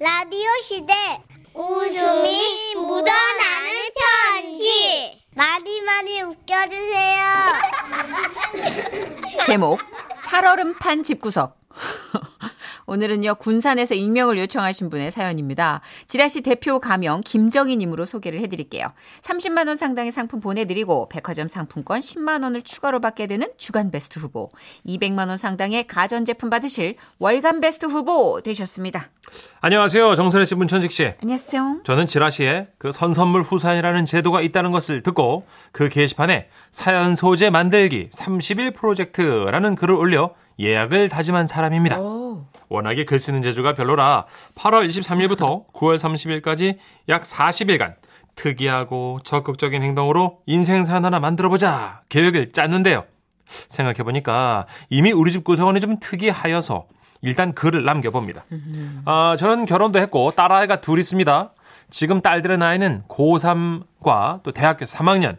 라디오 시대 웃음이 묻어나는 편지 많이 많이 웃겨주세요 제목 살얼음판 집구석. 오늘은요 군산에서 익명을 요청하신 분의 사연입니다. 지라시 대표 가명 김정희님으로 소개를 해드릴게요. 30만 원 상당의 상품 보내드리고 백화점 상품권 10만 원을 추가로 받게 되는 주간 베스트 후보, 200만 원 상당의 가전 제품 받으실 월간 베스트 후보 되셨습니다. 안녕하세요. 정선혜 씨, 문천식 씨. 안녕하세요. 저는 지라시에 그 선선물 후산이라는 제도가 있다는 것을 듣고 그 게시판에 사연 소재 만들기 30일 프로젝트라는 글을 올려 예약을 다짐한 사람입니다. 오, 워낙에 글 쓰는 재주가 별로라 8월 23일부터 9월 30일까지 약 40일간 특이하고 적극적인 행동으로 인생 사연 하나 만들어보자 계획을 짰는데요. 생각해보니까 이미 우리 집 구성원이 좀 특이하여서 일단 글을 남겨봅니다. 아, 저는 결혼도 했고 딸아이가 둘 있습니다. 지금 딸들의 나이는 고3과 또 대학교 3학년.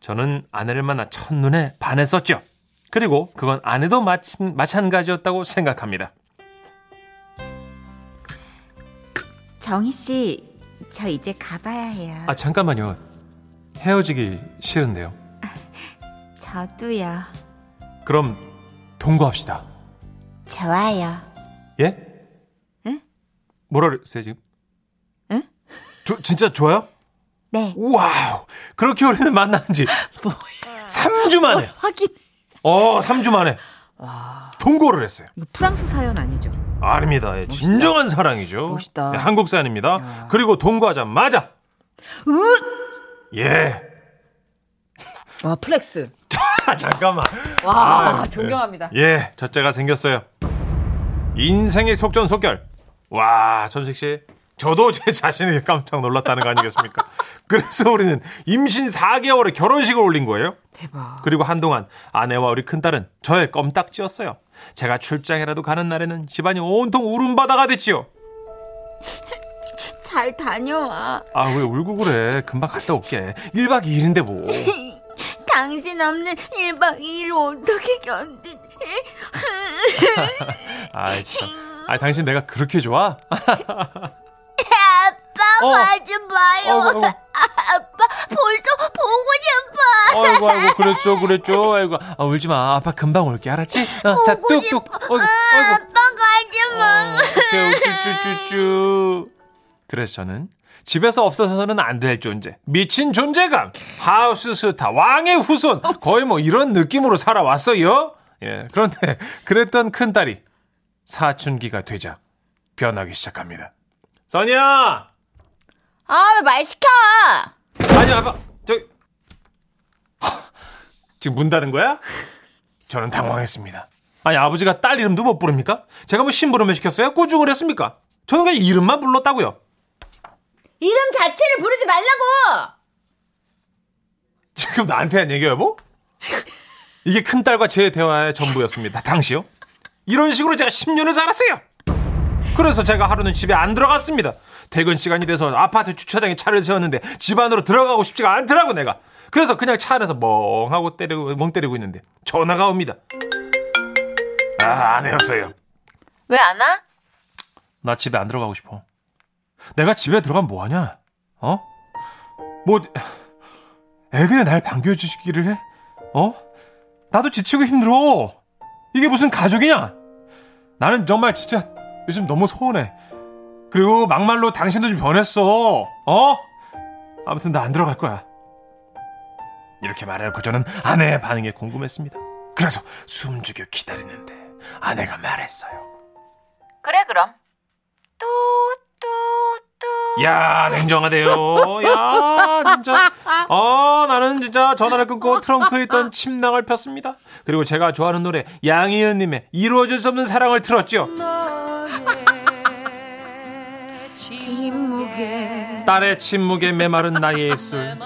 저는 아내를 만나 첫눈에 반했었죠. 그리고 그건 아내도 마친, 마찬가지였다고 생각합니다. 정희 씨, 저 이제 가봐야 해요. 아 잠깐만요. 헤어지기 싫은데요. 저도요. 그럼 동거합시다. 좋아요. 예? 응? 뭐라 그랬어요 지금? 응? 조, 진짜 좋아요? 네. 와우. 그렇게 우리는 만난 지 3주 만에. 확인. 어, 3주 만에 동거를 했어요. 이거 프랑스 사연 아니죠? 아닙니다. 예, 진정한 사랑이죠. 멋있다. 예, 한국 사연입니다. 그리고 동거하자마자 예. 와 플렉스. 잠깐만. 와 아유, 존경합니다. 예, 첫째가 생겼어요. 인생의 속전속결. 와, 전식 씨. 저도 제 자신에게 깜짝 놀랐다는 거 아니겠습니까? 그래서 우리는 임신 4개월에 결혼식을 올린 거예요. 대박. 그리고 한동안 아내와 우리 큰딸은 저의 껌딱지였어요. 제가 출장이라도 가는 날에는 집안이 온통 울음바다가 됐지요. 잘 다녀와. 아, 왜 울고 그래. 금방 갔다 올게. 1박 2일인데 뭐. 당신 없는 1박 2일 어떻게 견디? 아, 참. 아, 당신 내가 그렇게 좋아? 아빠 어. 가지 마요 아이고, 아이고. 아빠 볼도 보고 아이고 아이고 그랬죠 그랬죠 아이고 아 울지 마 아빠 금방 올게 알았지 어, 자 보고 싶어 뚝뚝 아이고 아이고 아빠 가지 마 쭈쭈쭈쭈 그래서 저는 집에서 없어서는 안 될 존재 미친 존재감 하우스 스타 왕의 후손 거의 뭐 이런 느낌으로 살아왔어요 예 그런데 그랬던 큰 딸이 사춘기가 되자 변하기 시작합니다 써니야 아왜 말 시켜? 아니 아빠 저 지금 문 닫은 거야? 저는 당황했습니다. 아니 아버지가 딸 이름도 못 부릅니까? 제가 뭐 심부름을 시켰어요? 꾸중을 했습니까? 저는 그냥 이름만 불렀다고요. 이름 자체를 부르지 말라고. 지금 나한테 한 얘기야 여보? 이게 큰딸과 제 대화의 전부였습니다. 당시요. 이런 식으로 제가 10년을 살았어요. 그래서 제가 하루는 집에 안 들어갔습니다. 퇴근 시간이 돼서 아파트 주차장에 차를 세웠는데 집 안으로 들어가고 싶지가 않더라고 내가. 그래서 그냥 차 안에서 멍하고 때리고 멍 때리고 있는데 전화가 옵니다. 아, 아내였어요. 왜 안 와? 나 집에 안 들어가고 싶어. 내가 집에 들어가면 뭐하냐? 어? 뭐 애들이 날 반겨주시기를 해? 어? 나도 지치고 힘들어. 이게 무슨 가족이냐? 나는 정말 진짜 요즘 너무 서운해. 그리고 막말로 당신도 좀 변했어. 어? 아무튼 나 안 들어갈 거야. 이렇게 말해놓고 저는 아내의 반응에 궁금했습니다. 그래서 숨죽여 기다리는데 아내가 말했어요. 그래 그럼. 뚜뚜뚜. 야 냉정하대요. 야 진짜. 어 나는 진짜 전화를 끊고 트렁크에 있던 침낭을 폈습니다. 그리고 제가 좋아하는 노래 양희은님의 이루어질 수 없는 사랑을 틀었죠. 침묵에 딸의 침묵에 메마른 나의 입술.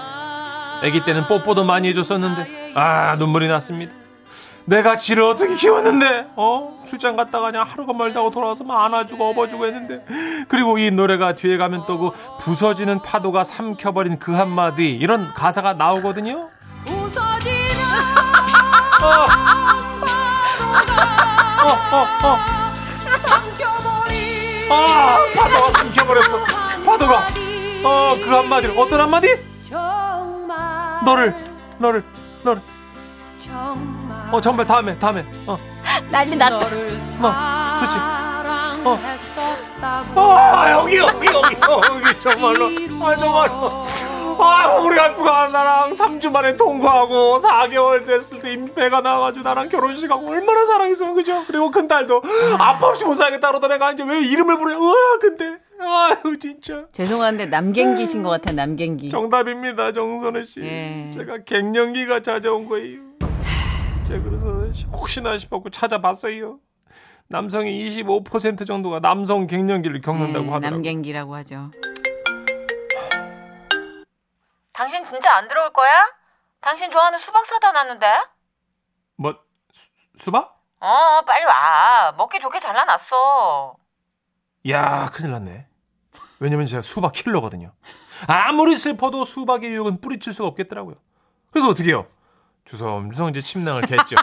아기 때는 뽀뽀도 많이 해줬었는데 아 눈물이 났습니다. 내가 지를 어떻게 키웠는데 어 출장 갔다가 그냥 하루가 멀다고 돌아와서 막 안아주고 업어주고 했는데 그리고 이 노래가 뒤에 가면 또 그 부서지는 파도가 삼켜버린 그 한마디 이런 가사가 나오거든요. 어, 어, 어. 아, 파도, 파도가 어, 그 한마디로 어떤 한마디? 정말 너를 너를 너를 정말 어 정말 다음에 다음에 어 난리 났다. 너를 어, 그치. 어. 사랑했었다고 아 여기 여기 여기 어, 여기 정말로 아 정말로 아 우리 와이프가 나랑 3주 만에 통과하고 4개월 됐을 때 임배가 나와가지고 나랑 결혼식하고 얼마나 사랑했으면 그죠 그리고 큰딸도 아빠 없이 못 살겠다 그러다 내가 이제 왜 이름을 부르냐 와 근데 아유 진짜 죄송한데 남갱기신 것 같아 남갱기. 정답입니다 정선혜 씨 예. 제가 갱년기가 찾아온 거예요 제가 그래서 혹시나 싶었고 찾아봤어요 남성의 25% 정도가 남성 갱년기를 겪는다고 음, 하더라고요 남갱기라고 하죠. 당신 진짜 안 들어올 거야? 당신 좋아하는 수박 사다 놨는데? 뭐 수- 수박? 어, 빨리 와. 먹기 좋게 잘라놨어. 야 큰일 났네 왜냐면 제가 수박 킬러거든요 아무리 슬퍼도 수박의 유혹은 뿌리칠 수가 없겠더라고요 그래서 어떻게 해요 주섬주섬 이제 침낭을 갰죠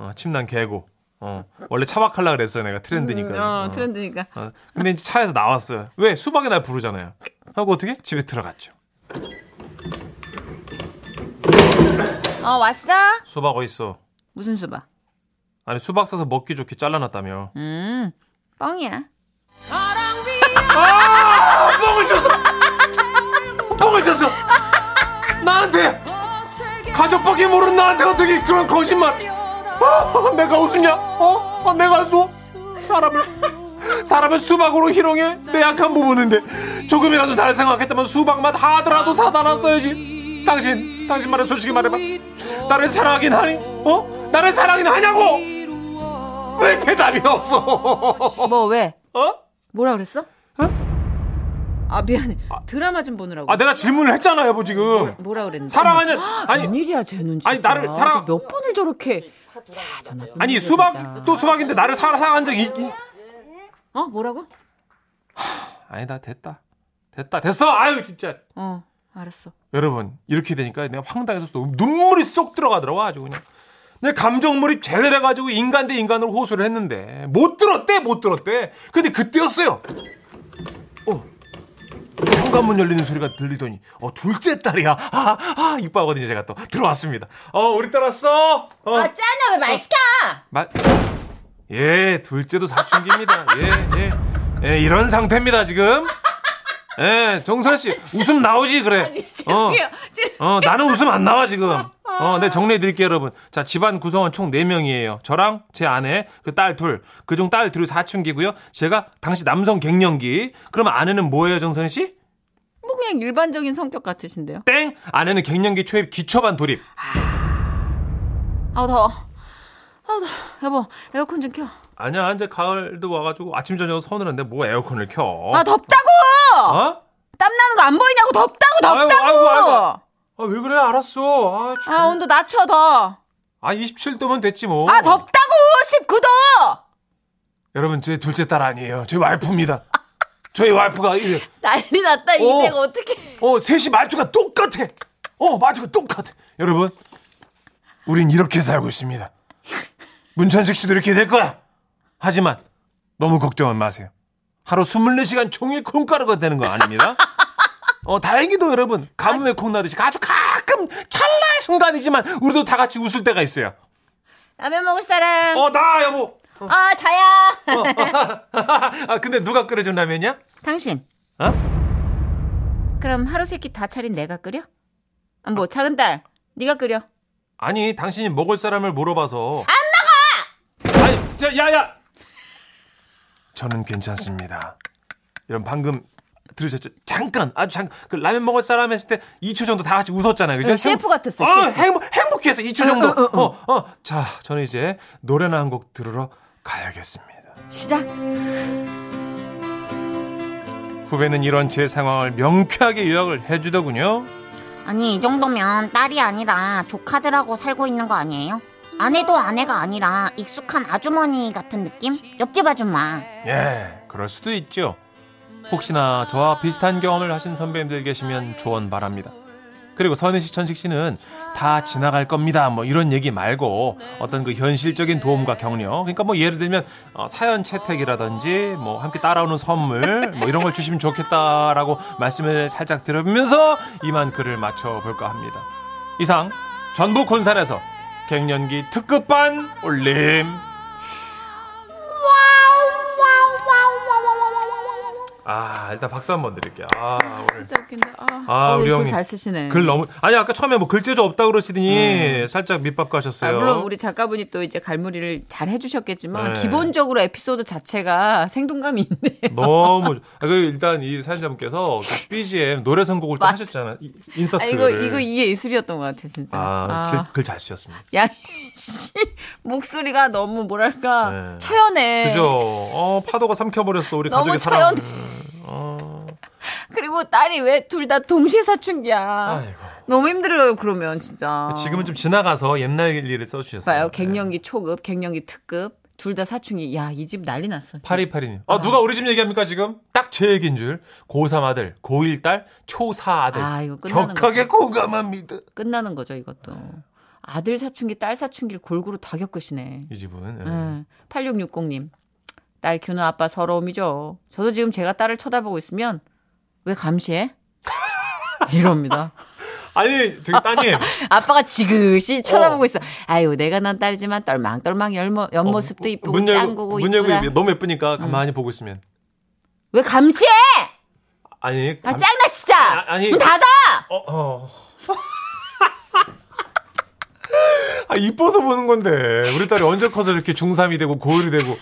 어, 침낭 개고 어, 원래 차박할라 그랬어요 내가 트렌드니까 어, 트렌드니까. 어, 근데 이제 차에서 나왔어요. 왜? 수박이 날 부르잖아요. 하고 어떻게? 집에 들어갔죠. 어 왔어? 수박 어디 있어? 무슨 수박? 아니 수박 사서 먹기 좋게 잘라놨다며. 음 뻥이야. 아! 뻥을 쳤어! 뻥을 쳤어! 나한테! 가족밖에 모르는 나한테 어떻게 그런 거짓말! 아, 내가 웃었냐? 어? 아, 내가 웃어? 사람을 사람을 수박으로 희롱해 내 약한 부분인데 조금이라도 날 생각했다면 수박 맛 하더라도 사다 놨어야지 당신 당신 말해 솔직히 말해봐 나를 사랑하긴 하니 어 나를 사랑하긴 하냐고 왜 대답이 없어 뭐 왜? 어? 뭐라 그랬어? 아 미안해. 드라마 좀 보느라고. 아 내가 질문을 했잖아 여보 지금 뭐라 그랬는데? 사랑하냐 아니 웬일이야 쟤는 진짜. 아니, 나를 사랑- 아주 몇 번을 저렇게 자 전화. 끊는 아니 거야, 수박 진짜. 또 수박인데 나를 사랑한 적이 있- 있- 어 뭐라고? 아니다 됐다 됐다 됐어 아유 진짜 어 알았어. 여러분 이렇게 되니까 내가 황당해서 또 눈물이 쏙 들어가더라고 아주 그냥 내 감정 몰입 제대로 해가지고 인간 대 인간으로 호소를 했는데 못 들었대 못 들었대 근데 그때였어요 어 현관문 열리는 소리가 들리더니 어 둘째 딸이야 아, 아 이뻐하거든요 제가 또 들어왔습니다 어 우리 딸 왔어 어. 짠나 왜 말 시켜? 마... 예, 둘째도 사춘기입니다. 예, 예. 예, 이런 상태입니다, 지금. 예, 정선 씨, 웃음 나오지, 그래. 죄송해요. 아. 죄송- 어, 어, 나는 웃음 안 나와, 지금. 어, 네, 정리해 드릴게요, 여러분. 자, 집안 구성원 총 4명이에요. 저랑 제 아내, 그 딸 둘, 그중 딸 둘이 사춘기고요. 제가 당시 남성 갱년기. 그럼 아내는 뭐예요, 정선 씨? 뭐 그냥 일반적인 성격 같으신데요. 땡! 아내는 갱년기 초입 기초반 돌입. 아우 더워. 아우 더워. 여보 에어컨 좀 켜. 아니야, 이제 가을도 와가지고 아침, 저녁 서늘한데 뭐 에어컨을 켜. 아 덥다고. 어? 땀 나는 거 안 보이냐고 덥다고 아이고, 덥다고. 아이고, 아이고. 아, 왜 그래? 알았어. 아, 참. 아 온도 낮춰 더. 아, 27도면 됐지 뭐. 아 덥다고 19도. 여러분, 제 둘째 딸 아니에요. 제 와이프입니다. 저희 와이프가 이래. 난리 났다 어. 이내가 어떻게? 어, 셋이 말투가 똑같아. 어, 말투가 똑같아. 여러분, 우린 이렇게 살고 있습니다. 문천식 씨도 이렇게 될 거야. 하지만 너무 걱정은 마세요. 하루 24시간 종일 콩가루가 되는 거 아닙니다. 어, 다행히도 여러분, 가뭄에 콩나듯이 아주 가끔 찰나의 순간이지만 우리도 다 같이 웃을 때가 있어요. 라면 먹을 사람. 어, 나 여보. 아 자야. 아 근데 누가 끓여준 라면이야? 당신. 어? 그럼 하루 세끼 다 차린 내가 끓여? 아, 뭐 작은 딸 네가 끓여. 아니 당신이 먹을 사람을 물어봐서 안 먹어! 아니 저 야야 저는 괜찮습니다 이런 방금 들으셨죠? 잠깐 아주 잠깐 그 라면 먹을 사람 했을 때 2초 정도 다 같이 웃었잖아요 그죠? 응, 셰프 같았어요, 어, 셰프. 행복, 행복해서 2초 정도 어, 어. 자 저는 이제 노래나 한 곡 들으러 가야겠습니다 시작. 후배는 이런 제 상황을 명쾌하게 요약을 해주더군요 아니 이 정도면 딸이 아니라 조카들하고 살고 있는 거 아니에요? 아내도 아내가 아니라 익숙한 아주머니 같은 느낌? 옆집 아줌마. 예, 그럴 수도 있죠. 혹시나 저와 비슷한 경험을 하신 선배님들 계시면 조언 바랍니다. 그리고 선희 씨, 천식 씨는 다 지나갈 겁니다. 뭐 이런 얘기 말고 어떤 그 현실적인 도움과 격려. 그러니까 뭐 예를 들면 어, 사연 채택이라든지 뭐 함께 따라오는 선물 뭐 이런 걸 주시면 좋겠다라고 말씀을 살짝 들으면서 이만 글을 맞춰볼까 합니다. 이상 전북 군산에서 갱년기 특급반 올림. 아 일단 박수 한번 드릴게요. 아 오늘 진짜 웃긴다. 아. 아 어, 우리 이걸 형님 잘 쓰시네. 네. 글 너무 아니 아까 처음에 뭐 글재주 없다 그러시더니 살짝 밑밥 아, 가셨어요. 물론 우리 작가분이 또 이제 갈무리를 잘 해주셨겠지만 네. 기본적으로 에피소드 자체가 생동감이 있네. 너무 아, 그 일단 이 사연자분께서 그 BGM 노래 선곡을 또 맞아. 하셨잖아요. 이- 아, 인서트를. 이거 이거 이게 예술이었던 것 같아 진짜. 아, 글잘 쓰셨습니다. 야씨 목소리가 너무 뭐랄까 네. 처연해. 그죠? 어, 파도가 삼켜버렸어 우리 너무 가족의 사랑. 처연해. 그리고 딸이 왜 둘 다 동시에 사춘기야. 아이고. 너무 힘들어요 그러면 진짜. 지금은 네. 좀 지나가서 옛날 일을 써주셨어요. 아. 봐요 갱년기 초급, 갱년기 특급 둘 다 사춘기. 야 이 집 난리 났어. 진짜. 파리파리님. 아, 누가 우리 집 얘기합니까, 지금? 딱 제 얘기인 줄. 고3 아들, 고1 딸, 초4 아들. 아, 이거 끝나는 격하게 공감합니다. 끝나는 거죠 이것도. 아들 사춘기, 딸 사춘기를 골고루 다 겪으시네. 이 집은. 예. 예. 8660님. 딸 규는 아빠 서러움이죠. 저도 지금 제가 딸을 쳐다보고 있으면 왜 감시해? 이럽니다. 아니, 저기 따님. 아빠가 지그시 쳐다보고 있어. 아유, 내가 난 딸이지만 떨망떨망 열모, 옆모습도 어, 이쁘고 문 열고, 짱구고 문 열고 이쁘다. 음. 입- 너무 예쁘니까 가만히 보고 있으면. 왜 감시해? 아니. 아, 감- 짱나 진짜. 아, 아니. 문 닫아. 어, 어. 아, 이뻐서 보는 건데. 우리 딸이 언제 커서 이렇게 중3이 되고 고1이 되고.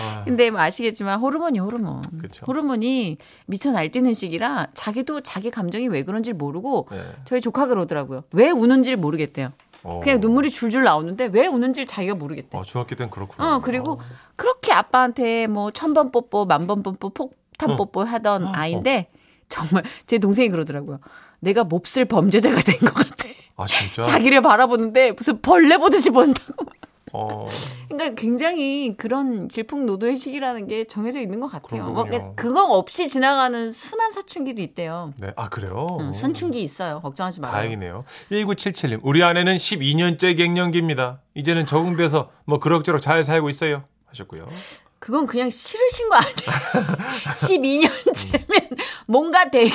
아, 근데 뭐 아시겠지만 호르몬이 호르몬. 그쵸. 호르몬이 미쳐 날뛰는 시기라 자기도 자기 감정이 왜 그런지 모르고 네. 저희 조카가 그러더라고요. 왜 우는지 를 모르겠대요. 어. 그냥 눈물이 줄줄 나오는데 왜 우는지 를 자기가 모르겠대. 어, 아. 중학교 땐 그렇구나. 어, 그리고 그렇게 아빠한테 뭐 천번 뽀뽀, 만번 뽀뽀, 폭탄 어. 뽀뽀 하던 아이인데 정말 제 동생이 그러더라고요. 내가 몹쓸 범죄자가 된 것 같아. 아, 진짜? 자기를 바라보는데 무슨 벌레 보듯이 본다고. 어, 그러니까 굉장히 그런 질풍노도의 시기라는 게 정해져 있는 것 같아요. 뭐 그러군요. 그거 없이 지나가는 순한 사춘기도 있대요. 네. 아, 그래요? 음, 순춘기 있어요. 걱정하지 마요. 다행이네요. 1977님, 우리 아내는 12년째 갱년기입니다. 이제는 적응돼서 뭐 그럭저럭 잘 살고 있어요. 하셨고요. 그건 그냥 싫으신 거 아니에요? 12년째면 뭔가 되게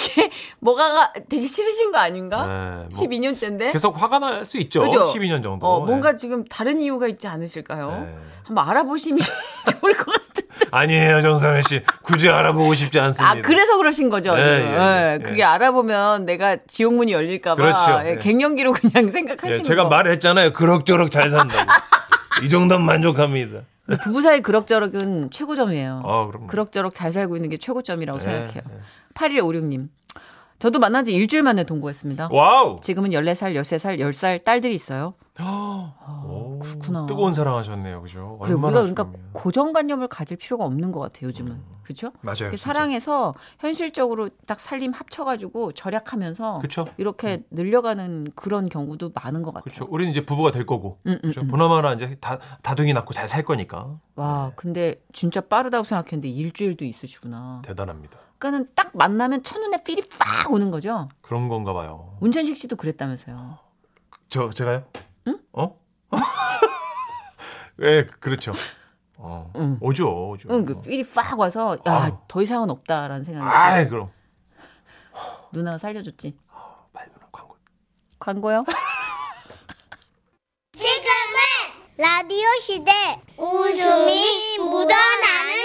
뭐가 되게 싫으신 거 아닌가? 네, 뭐 12년째인데 계속 화가 날 수 있죠. 그죠? 12년 정도. 어, 뭔가 네. 지금 다른 이유가 있지 않으실까요? 네. 한번 알아보시면 좋을 것 같은데. 아니에요, 정선혜 씨. 굳이 알아보고 싶지 않습니다. 아, 그래서 그러신 거죠. 예, 지금. 예, 예. 예, 그게 알아보면 내가 지옥문이 열릴까봐 그렇죠. 예. 갱년기로 그냥 생각하시는 예, 제가 거. 말했잖아요. 그럭저럭 잘 산다고. 이 정도면 만족합니다. 근데 부부 사이 그럭저럭은 최고점이에요. 아, 그럼요. 그럭저럭 잘 살고 있는 게 최고점이라고 예, 생각해요. 예. 8156님. 저도 만난 지 일주일 만에 동거했습니다. 와우. 지금은 14살, 13살, 10살 딸들이 있어요. 오, 아, 그렇구나. 뜨거운 사랑하셨네요, 그죠? 그리고 우리가 얼마나 그러니까 좋으면. 고정관념을 가질 필요가 없는 것 같아요, 요즘은. 그렇죠? 맞아요. 네, 진짜. 사랑해서 현실적으로 딱 살림 합쳐가지고 절약하면서 그쵸. 음. 이렇게 늘려가는 그런 경우도 많은 것 같아요. 그렇죠. 우리는 이제 부부가 될 거고. 음, 음, 그렇죠. 보나마나 이제 다 다둥이 낳고 잘 살 거니까 와, 네. 근데 진짜 빠르다고 생각했는데 일주일도 있으시구나. 음. 대단합니다. 그러니까는 딱 만나면 첫눈에 필이 팍 오는 거죠. 그런 건가 봐요. 문천식 씨도 그랬다면서요. 저 제가요? 응? 어? 예, 그렇죠. 어. 응. 오죠, 오죠. 응, 그 필이 팍 와서 야, 음. 아유. 더 이상은 없다라는 생각이 들어요. 아이, 그럼. 누나가 살려줬지. 빨리 누나 광고. 광고요? 지금은 라디오 시대 웃음이 묻어나는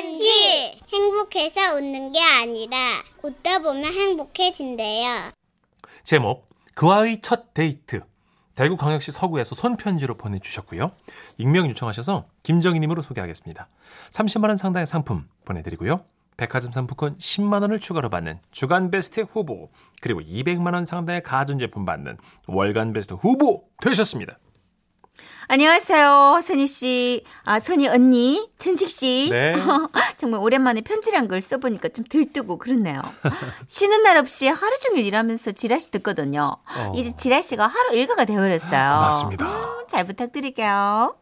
편지 행복해서 웃는 게 아니라 웃다 보면 행복해진대요. 제목 그와의 첫 데이트 대구광역시 서구에서 손편지로 보내주셨고요 익명 요청하셔서 김정희님으로 소개하겠습니다 30만원 상당의 상품 보내드리고요 백화점 상품권 10만원을 추가로 받는 주간베스트 후보 그리고 200만원 상당의 가전제품 받는 월간베스트 후보 되셨습니다 안녕하세요, 선희 씨. 아, 선희 언니, 천식 씨. 네. 정말 오랜만에 편지란 걸 써보니까 좀 들뜨고 그렇네요. 쉬는 날 없이 하루 종일 일하면서 지라씨 듣거든요. 어. 아, 이제 지라씨가 하루 일과가 되어버렸어요. 고맙습니다. 음, 잘 부탁드릴게요.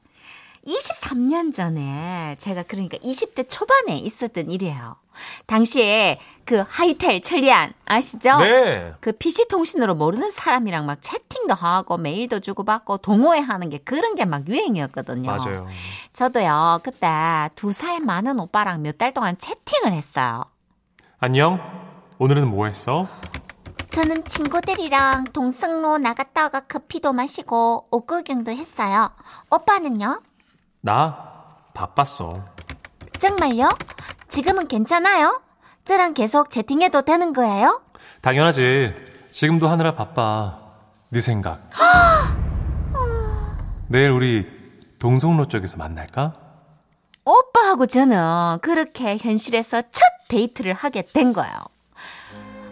23년 전에 제가 그러니까 20대 초반에 있었던 일이에요. 당시에 그 하이텔 천리안 아시죠? 네. 그 PC 통신으로 모르는 사람이랑 막 채팅도 하고 메일도 주고받고 동호회하는 게 그런 게 막 유행이었거든요. 맞아요. 저도요 그때 두 살 많은 오빠랑 몇 달 동안 채팅을 했어요. 안녕. 오늘은 뭐 했어? 저는 친구들이랑 동성로 나갔다가 커피도 마시고 옷 구경도 했어요. 오빠는요? 나 바빴어. 정말요? 지금은 괜찮아요? 저랑 계속 채팅해도 되는 거예요? 당연하지. 지금도 하느라 바빠. 네 생각. 내일 우리 동성로 쪽에서 만날까? 오빠하고 저는 그렇게 현실에서 첫 데이트를 하게 된 거예요.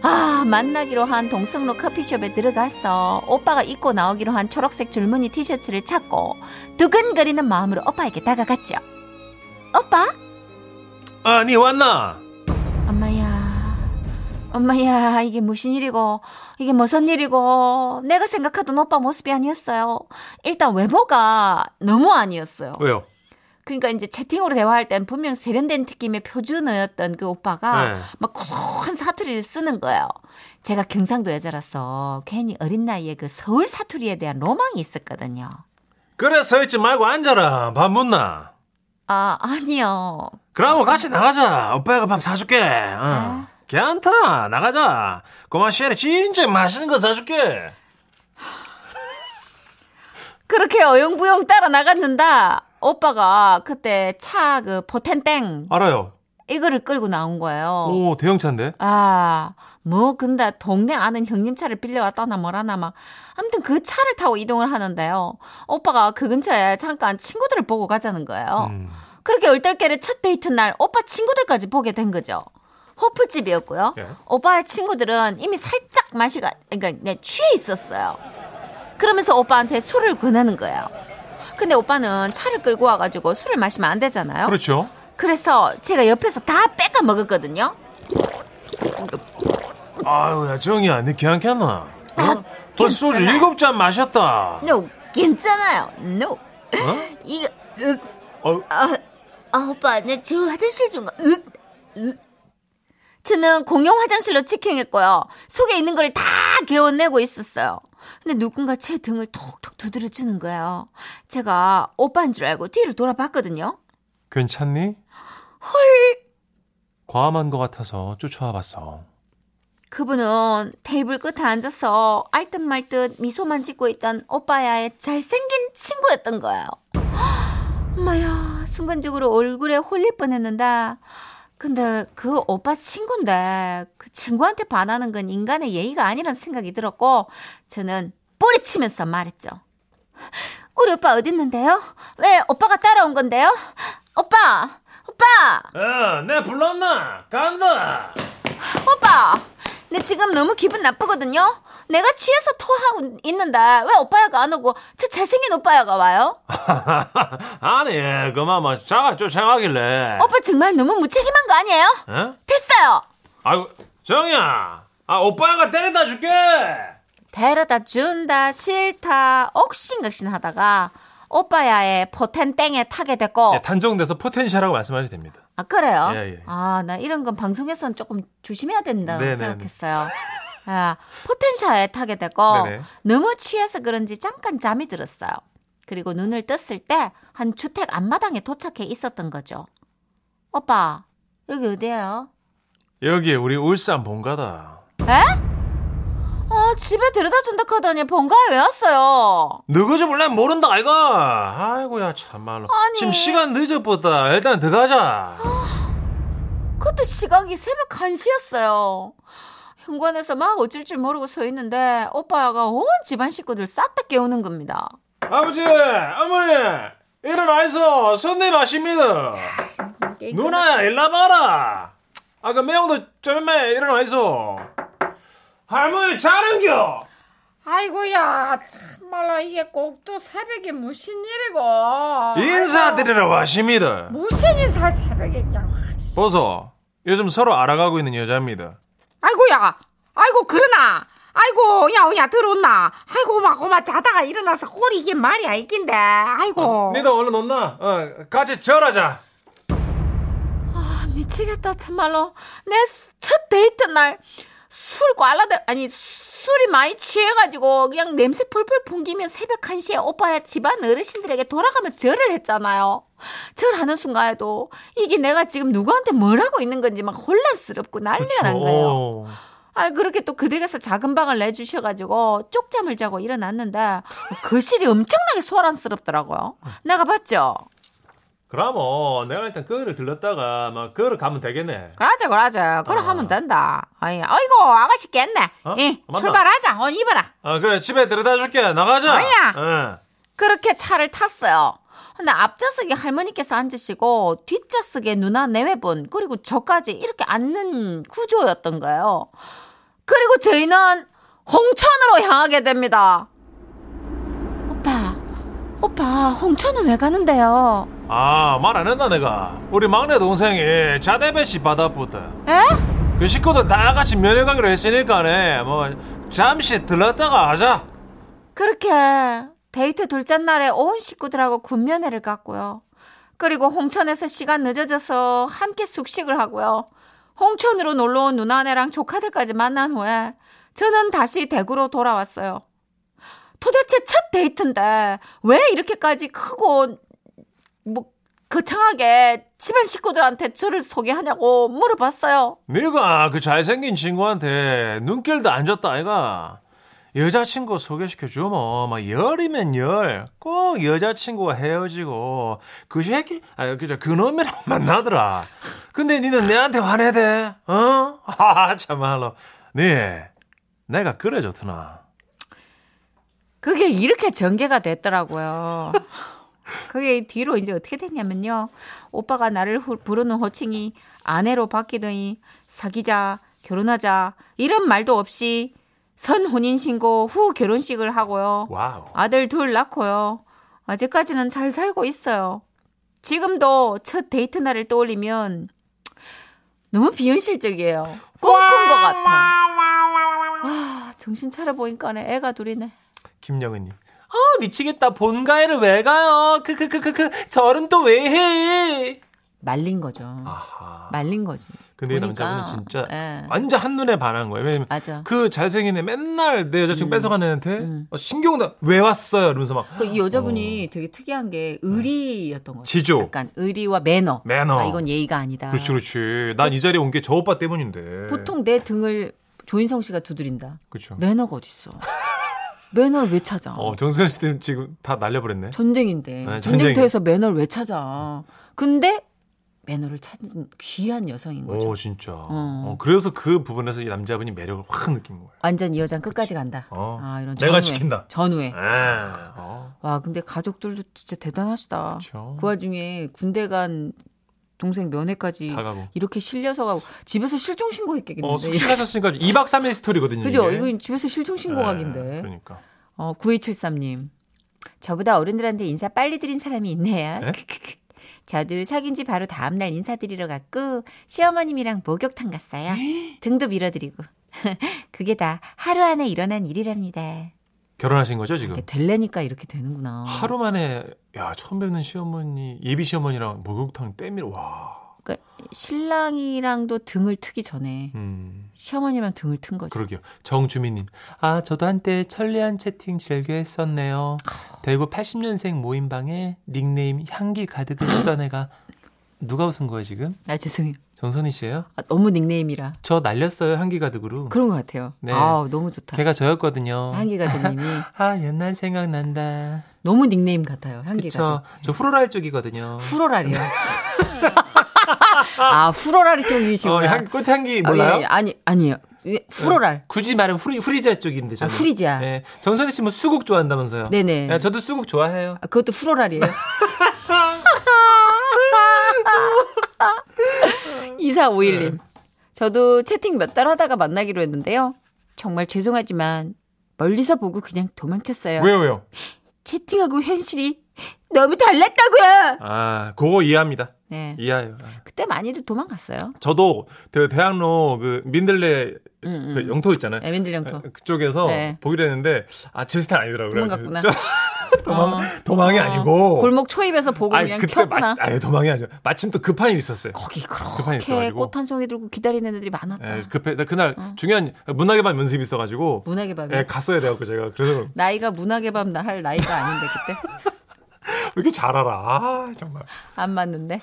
아, 만나기로 한 동성로 커피숍에 들어가서 오빠가 입고 나오기로 한 초록색 줄무늬 티셔츠를 찾고 두근거리는 마음으로 오빠에게 다가갔죠. 오빠? 아니 왔나? 엄마야. 엄마야, 이게 무슨 일이고, 이게 무슨 일이고, 내가 생각하던 오빠 모습이 아니었어요. 일단 외모가 너무 아니었어요. 왜요? 그러니까 이제 채팅으로 대화할 땐 분명 세련된 느낌의 표준어였던 그 오빠가 네. 막 고소한 사투리를 쓰는 거예요. 제가 경상도 여자라서 괜히 어린 나이에 그 서울 사투리에 대한 로망이 있었거든요. 그래 서 있지 말고 앉아라. 밥 묻나? 아, 아니요. 그럼 같이 나가자. 오빠가 밥 사줄게. 응. 괜찮다. 나가자. 고마 시에 진짜 맛있는 거 사줄게. 그렇게 어영부영 따라 나갔는데 오빠가 그때 차 그 보텐땡 알아요. 이거를 끌고 나온 거예요. 오 대형차인데. 아, 뭐, 근데 동네 아는 형님 차를 빌려왔다나 뭐라나 막. 아무튼 그 차를 타고 이동을 하는데요. 오빠가 그 근처에 잠깐 친구들을 보고 가자는 거예요. 음. 그렇게 얼떨결에 첫 데이트 날 오빠 친구들까지 보게 된 거죠. 호프집이었고요. 예. 오빠의 친구들은 이미 살짝 마시가, 그러니까 그냥 취해 있었어요. 그러면서 오빠한테 술을 권하는 거예요. 근데 오빠는 차를 끌고 와가지고 술을 마시면 안 되잖아요. 그렇죠. 그래서 제가 옆에서 다 뺏어 먹었거든요. 아유 야 정이야 네 괜찮겠나? 어? 아, 네. 벌써 소주 괜찮아. 일곱 잔 마셨다. No, 괜찮아요. No. 어? 이거, 으, 어, 아, 아, 오빠, 내 저 화장실 좀 가. 으, 으. 저는 공용 화장실로 치킨했고요. 속에 있는 걸 다 개워내고 있었어요. 근데 누군가 제 등을 톡톡 두드려주는 거예요. 제가 오빠인 줄 알고 뒤를 돌아봤거든요. 괜찮니? 헐. 과함한 것 같아서 쫓아와봤어. 그분은 테이블 끝에 앉아서 알듯말듯 미소만 짓고 있던 오빠야의 잘생긴 친구였던 거예요. 엄마야, 순간적으로 얼굴에 홀릴 뻔했는데, 근데 그 오빠 친구인데, 그 친구한테 반하는 건 인간의 예의가 아니란 생각이 들었고, 저는 뿌리치면서 말했죠. 우리 오빠 어딨는데요? 왜 오빠가 따라온 건데요? 오빠! 오빠! 어, 내 불렀나? 간다. 오빠! 내 지금 너무 기분 나쁘거든요? 내가 취해서 토하고 있는데 왜 오빠야가 안 오고 저 잘생긴 오빠야가 와요? 아니 그만 뭐 자가 쫓아가길래. 오빠 정말 너무 무책임한 거 아니에요? 어? 됐어요! 아이고 정이야. 아 오빠가 데려다 줄게. 데려다 준다, 싫다, 옥신각신 하다가 오빠야의 포텐땡에 타게 됐고. 예, 단정돼서 포텐셜이라고 말씀하셔도 됩니다. 아, 그래요? 예, 예. 아, 나 이런 건 방송에서는 조금 조심해야 된다고 네네. 생각했어요. 아, 포텐샤에 타게 되고 네네. 너무 취해서 그런지 잠깐 잠이 들었어요. 그리고 눈을 떴을 때 한 주택 앞마당에 도착해 있었던 거죠. 오빠, 여기 어디예요? 여기 우리 울산 본가다. 아, 집에 데려다 준다 하더니 번가에 왜 왔어요? 누구지 몰라 모른다 아이가. 아이고야 참말로. 아니. 지금 시간 늦었보다 일단 들어가자. 그때 시각이 새벽 1시였어요. 현관에서 막 어쩔 줄 모르고 서 있는데 오빠가 온 집안 식구들 싹 다 깨우는 겁니다. 아버지, 어머니, 일어나서 손님 아십니다. 누나, 일나봐라. 아까 그 매형도 젊에 일어나서 할머니 자는겨. 아이고야 참말로 이게 꼭 또 새벽에 무슨 일이고 인사드리러 왔습니다. 무슨 인사를 새벽에 그냥 확- 보소, 요즘 서로 알아가고 있는 여자입니다. 아이고야 아이고 그러나 아이고 야야 들었나 아이고 마고마 자다가 일어나서 꼴이 이게 말이야 이긴데 아이고 어, 니도 얼른 온나? 어, 같이 절하자. 미치겠다 참말로 내 첫 데이트 날 술 꽈라대 아니 술이 많이 취해가지고 그냥 냄새 펄펄 풍기며 새벽 1시에 오빠야 집안 어르신들에게 돌아가며 절을 했잖아요 절하는 순간에도 이게 내가 지금 누구한테 뭘 하고 있는 건지 막 혼란스럽고 난리가 난 거예요 어. 아 그렇게 또 그댁에서 작은 방을 내주셔가지고 쪽잠을 자고 일어났는데 그 거실이 엄청나게 소란스럽더라고요 내가 봤죠 그럼 내가 일단 그거를 들렀다가 막 그거를 가면 되겠네. 그러자 그러자 그럼 아. 하면 된다 아이 아이고 아가씨 깼네 어? 예 맞나? 출발하자 오늘 입어라 아 그래 집에 데려다 줄게 나가자. 어. 아니야. 응. 그렇게 차를 탔어요 근데 앞좌석에 할머니께서 앉으시고 뒷좌석에 누나 네 내외분 그리고 저까지 이렇게 앉는 구조였던 거예요 그리고 저희는 홍천으로 향하게 됩니다 오빠 오빠 홍천은 왜 가는데요 아말 안 했나 내가 우리 막내 동생이 자대배씨 받아보다. 에? 그 식구들 다 같이 면회 가기로 했으니까네 뭐 잠시 들렀다가 하자. 그렇게 데이트 둘째 날에 온 식구들하고 군면회를 갔고요. 그리고 홍천에서 시간 늦어져서 함께 숙식을 하고요. 홍천으로 놀러 온 누나네랑 조카들까지 만난 후에 저는 다시 대구로 돌아왔어요. 도대체 첫 데이트인데 왜 이렇게까지 크고 뭐 거창하게 집안 식구들한테 저를 소개하냐고 물어봤어요. 네가 그 잘생긴 친구한테 눈길도 안 줬다 아이가. 여자친구 소개시켜 주면 막 열이면 열. 꼭 여자친구와 헤어지고 그 새끼 아 그저 그놈이랑 만나더라. 근데 니는 내한테 화내대. 어? 아 참말로. 네. 내가 그래 좋더나. 그게 이렇게 전개가 됐더라고요. 그게 뒤로 이제 어떻게 됐냐면요. 오빠가 나를 호- 부르는 호칭이 아내로 바뀌더니 사귀자, 결혼하자 이런 말도 없이 선 혼인 신고 후 결혼식을 하고요. 와우. 아들 둘 낳고요. 아직까지는 잘 살고 있어요. 지금도 첫 데이트 날을 떠올리면 너무 비현실적이에요. 꿈꾼 것 같아. 아, 정신 차려 보니까 애가 둘이네. 김영은님. 아 미치겠다. 본가에를 왜 가요? 그 그 그 그그 절은 또 왜 해? 말린 거죠. 아하. 말린 거지. 근데 이 보니까, 남자분은 진짜 예. 완전 한눈에 반한 거예요. 왜냐면 맞아. 그 잘생긴 애 맨날 내 음. 여자친구 뺏어가는 애한테 어, 신경도 왜 왔어요? 이러면서 막 그이 여자분이 되게 특이한 게 의리였던 거죠. 어. 네. 지조. 그렇죠, 약간 의리와 매너. 매너. 아, 이건 예의가 아니다. 그렇지 그렇지. 난 이 자리에 온 게 저 오빠 때문인데. 보통 네. 내 등을 조인성 씨가 두드린다. 그렇죠. 매너가 어딨어. 매너를 왜 찾아? 어 정선 씨는 지금 다 날려버렸네. 전쟁인데. 네, 전쟁터에서 매너를 왜 찾아? 근데 매너를 찾은 귀한 여성인 거죠. 오 진짜. 어, 그래서 그 부분에서 이 남자분이 매력을 확 느낀 거예요. 완전 이 여자는 끝까지 간다. 어. 아, 이런 내가 전후회. 지킨다. 전후에. 아, 어, 와, 근데 가족들도 진짜 대단하시다. 그렇죠. 그 와중에 군대 간 동생 면회까지 다 가고. 이렇게 실려서 가고 집에서 실종 신고했겠는데. 어 숙식하셨으니까 2박 3일 스토리거든요. 그죠? 이게. 이건 집에서 실종 신고각인데. 네, 그러니까. 어 9273님. 저보다 어른들한테 인사 빨리 드린 사람이 있네요. 에? 저도 사귄 지 바로 다음 날 인사드리러 갔고 시어머님이랑 목욕탕 갔어요. 네? 등도 밀어드리고. 그게 다 하루 안에 일어난 일이랍니다. 결혼하신 거죠 지금? 이렇게 될래니까 이렇게 되는구나. 네. 하루 만에 야 처음 뵙는 시어머니 예비 시어머니랑 목욕탕 때밀어 와. 신랑이랑도 등을 트기 전에 음. 시어머니랑 등을 튼 거죠. 그러게요. 정주미님. 아, 저도 한때 천리안 채팅 즐겨했었네요. 대구 80년생 모임방에 닉네임 향기 가득을 쓰던 애가 누가 웃은 거예요 지금? 아 죄송해요. 정선희 씨예요? 아, 너무 닉네임이라 저 날렸어요 향기 가득으로. 그런 것 같아요. 네. 아 너무 좋다. 걔가 저였거든요. 향기가드님이 아 옛날 생각난다. 너무 닉네임 같아요. 그쵸. 향기가드. 저 후로랄 쪽이거든요. 후로랄이요. 아 후로랄이 어, 쪽이시구나. 향, 꽃향기 아, 몰라요? 예, 예. 아니 아니요. 예, 후로랄. 굳이 말하면 후리, 후리자 쪽인데 아, 저는. 후리지야. 예. 정선희 씨뭐 수국 좋아한다면서요? 네네. 예, 저도 수국 좋아해요. 아, 그것도 후로랄이에요. 이사 오일님. 네. 저도 채팅 몇 달 하다가 만나기로 했는데요. 정말 죄송하지만 멀리서 보고 그냥 도망쳤어요. 왜요, 왜요? 채팅하고 현실이 너무 달랐다고요. 아, 그거 이해합니다. 네. 이해해요. 그때 많이들 도망갔어요. 저도 그 대학로 그 민들레 그 음, 영토 있잖아요. 예, 민들 영토. 그쪽에서 네. 보기로 했는데 아 제 스타일 아니더라고요. 도망갔구나. 저- 도망 도망이 어, 아니고. 골목 초입에서 보고 아니, 그냥 그때 켰구나. 마, 아니 도망이 아니죠. 마침 또 급한 일이 있었어요. 거기 급한 일이 그렇게 있어가지고. 꽃 한 송이 들고 기다리는 애들이 많았다. 예, 급해 나 그날 어. 중요한 문학의 밤 연습이 있어가지고 문학의 밤이 예, 갔어야 돼갖고 제가 그래서 나이가 문학의 밤 나 할 나이가 아닌데 그때 왜 이렇게 잘 알아? 아 정말. 안 맞는데.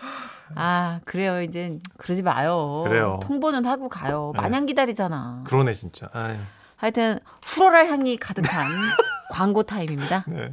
아 그래요 이제 그러지 마요. 그래요. 예. 통보는 하고 가요. 마냥 기다리잖아. 그러네 진짜. 아유, 하여튼 후로랄 향이 가득한 광고 타임입니다. 네.